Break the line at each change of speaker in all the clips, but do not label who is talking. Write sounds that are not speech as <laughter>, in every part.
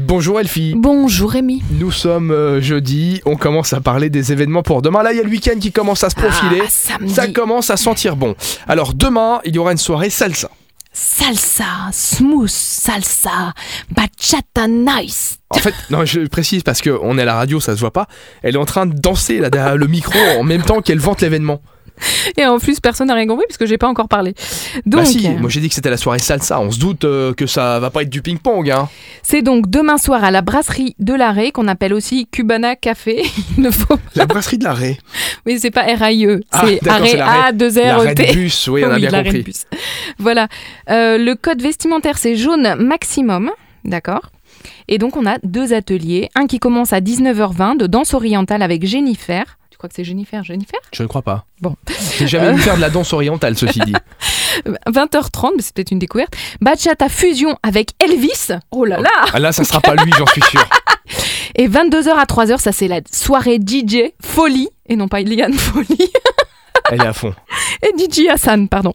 Bonjour Elfie,
Bonjour Rémi.
nous sommes euh, jeudi, on commence à parler des événements pour demain. Là, il y a le week-end qui commence à se profiler,
Ah, samedi.
ça commence à sentir bon. Alors demain, il y aura une soirée salsa.
Salsa, smooth, salsa, bachata nice.
En fait, non, je précise parce qu'on est à la radio, ça se voit pas. Elle est en train de danser là derrière le micro en même temps qu'elle vante l'événement.
Et en plus, personne n'a rien compris parce que j'ai pas encore parlé.
Bah
Donc,
si,
euh,
moi j'ai dit que c'était la soirée salsa, on se doute euh, que ça va pas être du ping-pong. Hein.
c'est donc demain soir à la brasserie de l'arrêt, qu'on appelle aussi Cubana Café. <laughs> Il ne faut...
La brasserie de
<laughs>
l'arrêt.
Mais c'est pas RAIE,
Ah,
E, c'est
d'accord, c'est
arrêt
l'arrêt.
a 2
L'arrêt
r E
de
t
bus, oui, on a
Oui,
bien
l'arrêt de
compris.
bus. <laughs> Voilà. Euh, le code vestimentaire, c'est jaune maximum. D'accord Et donc, on a deux ateliers. Un qui commence à 19h20 de danse orientale avec Jennifer. Tu crois que c'est Jennifer Jennifer
Je ne crois pas.
Bon. Euh.
J'ai jamais vu faire de la danse orientale, ceci dit.
20h30, mais c'est peut-être une découverte. Bachata fusion avec Elvis. Oh là là
Ah, là, ça sera pas lui, j'en suis sûr.
Et 22h à 3h, ça c'est la soirée DJ Folie. Et non pas Iliane Folie.
Elle est à fond.
Et DJ Hassan, pardon.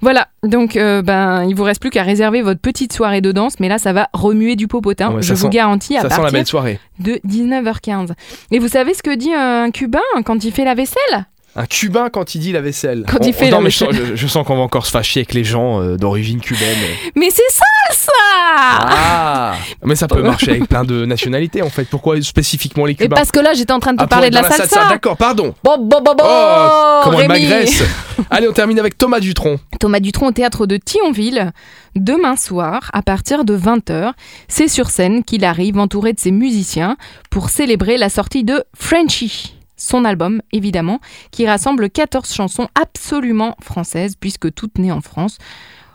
Voilà, donc euh, ben, il vous reste plus qu'à réserver votre petite soirée de danse. Mais là, ça va remuer du popotin.
Ah ouais,
je
ça
vous
sent-
garantis, à
Ça sent la
partir
belle soirée.
de 19h15. Et vous savez ce que dit un Cubain quand il fait la vaisselle
Un Cubain quand il dit la vaisselle.
Quand il fait
Oh, non,
la
mais je sens- Je, je sens qu'on va encore se fâcher avec les gens euh, d'origine
<laughs>
cubaine.
Mais c'est ça, ça
Ah Mais ça peut marcher avec plein de nationalités en fait. Pourquoi spécifiquement les
Et
Cubains
parce que là, j'étais en train Eh ben, de te
Ah, pour
parler
être
de
dans
la, salsa.
D'accord, pardon.
Bon, bon, bon, bon,
Oh, comment elle
Rémi. <laughs>
m'agresse. Allez, on termine avec Thomas Dutronc.
Thomas Dutronc au théâtre de Thionville, demain soir, à partir de 20h. C'est sur scène qu'il arrive entouré de ses musiciens pour célébrer la sortie de Frenchy. Son album, évidemment, qui rassemble 14 chansons absolument françaises, puisque toutes nées en France,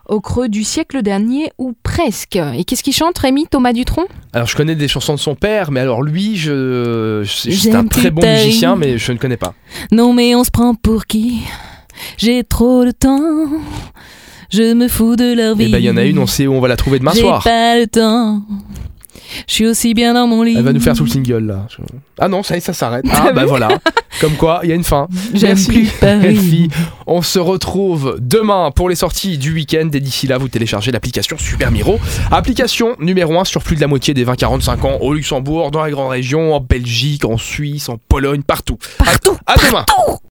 au creux du siècle dernier ou presque. Et qu'est-ce qu'il chante, Rémi, Thomas Dutronc
Alors, je connais des chansons de son père, mais alors lui, je, je- c'est
J'aime
un très
plus
bon
ta-
musicien, mais je ne connais pas.
Non mais on se prend pour qui J'ai trop de temps. Je me fous de leur
Et ben, il y en a une, on sait où on va la trouver demain soir.
pas le temps. Je suis aussi bien dans mon lit.
Elle va nous faire tout le single là. Je- Ah non, ça y est, ça
<laughs>
s'arrête. Ah bah voilà. Comme quoi, il y a une fin. Merci. Elfie. On se retrouve demain pour les sorties du week-end. Et d'ici là, vous téléchargez l'application Super Miro. Application numéro 1 sur plus de la moitié des 20-45 ans au Luxembourg, dans la grande région, en Belgique, en Suisse, en Pologne, partout. Partout. à demain.